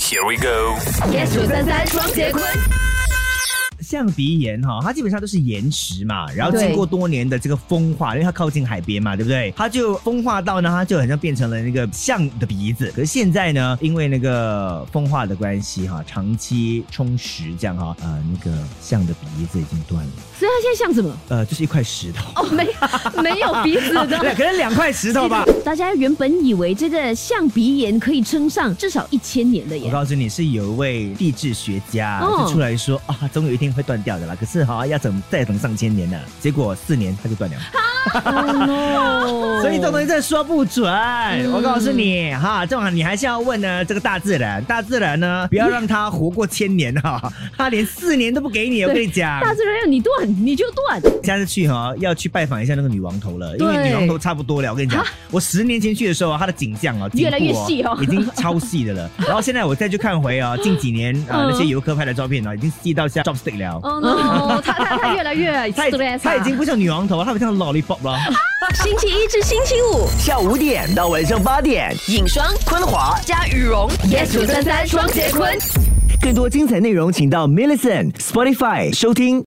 Here we go。 yes 九三三双节棍，象鼻岩哈，它基本上都是岩石嘛，然后对经过多年的这个风化，因为它靠近海边嘛，对不对？它就风化到呢，它就很像变成了那个象的鼻子。可是现在呢，因为那个风化的关系哈，长期充实这样哈，呃，那个象的鼻子已经断了，所以它现在像什么？呃，就是一块石头，哦，没没有鼻子对，的。可能两块石头吧。 大家原本以为这个象鼻炎可以撑上至少一千年的我耶，告诉你，是有一位地质学家哦就出来说啊，总有一天会断掉的啦。可是哈、要等再等上千年呢，结果四年它就断掉了。Oh 所以这种东西真的说不准。嗯我告诉你哈，这种你还是要问呢这个大自然，大自然呢不要让它活过千年哈， 它连四年都不给你，我跟你讲。大自然让你断你就断，下次去哈要去拜访一下那个女王头了，因对为女王头差不多了。我跟你讲，我十年前去的时候啊，她的颈项啊，越来越颈部啊细哦 已经超细的了。然后现在我再去看回啊，近几年啊嗯那些游客拍的照片啊，已经细到像 chopstick 了。Oh 哦、no，他他他越来越她已 stress，她已啊经不像女王头，她不像 lollipop 了。星期一至星期五，下午五点到晚上八点，影双昆华。加羽绒。 yes 九三三双节棍。更多精彩内容，请到 m i l l i c e n t Spotify 收听。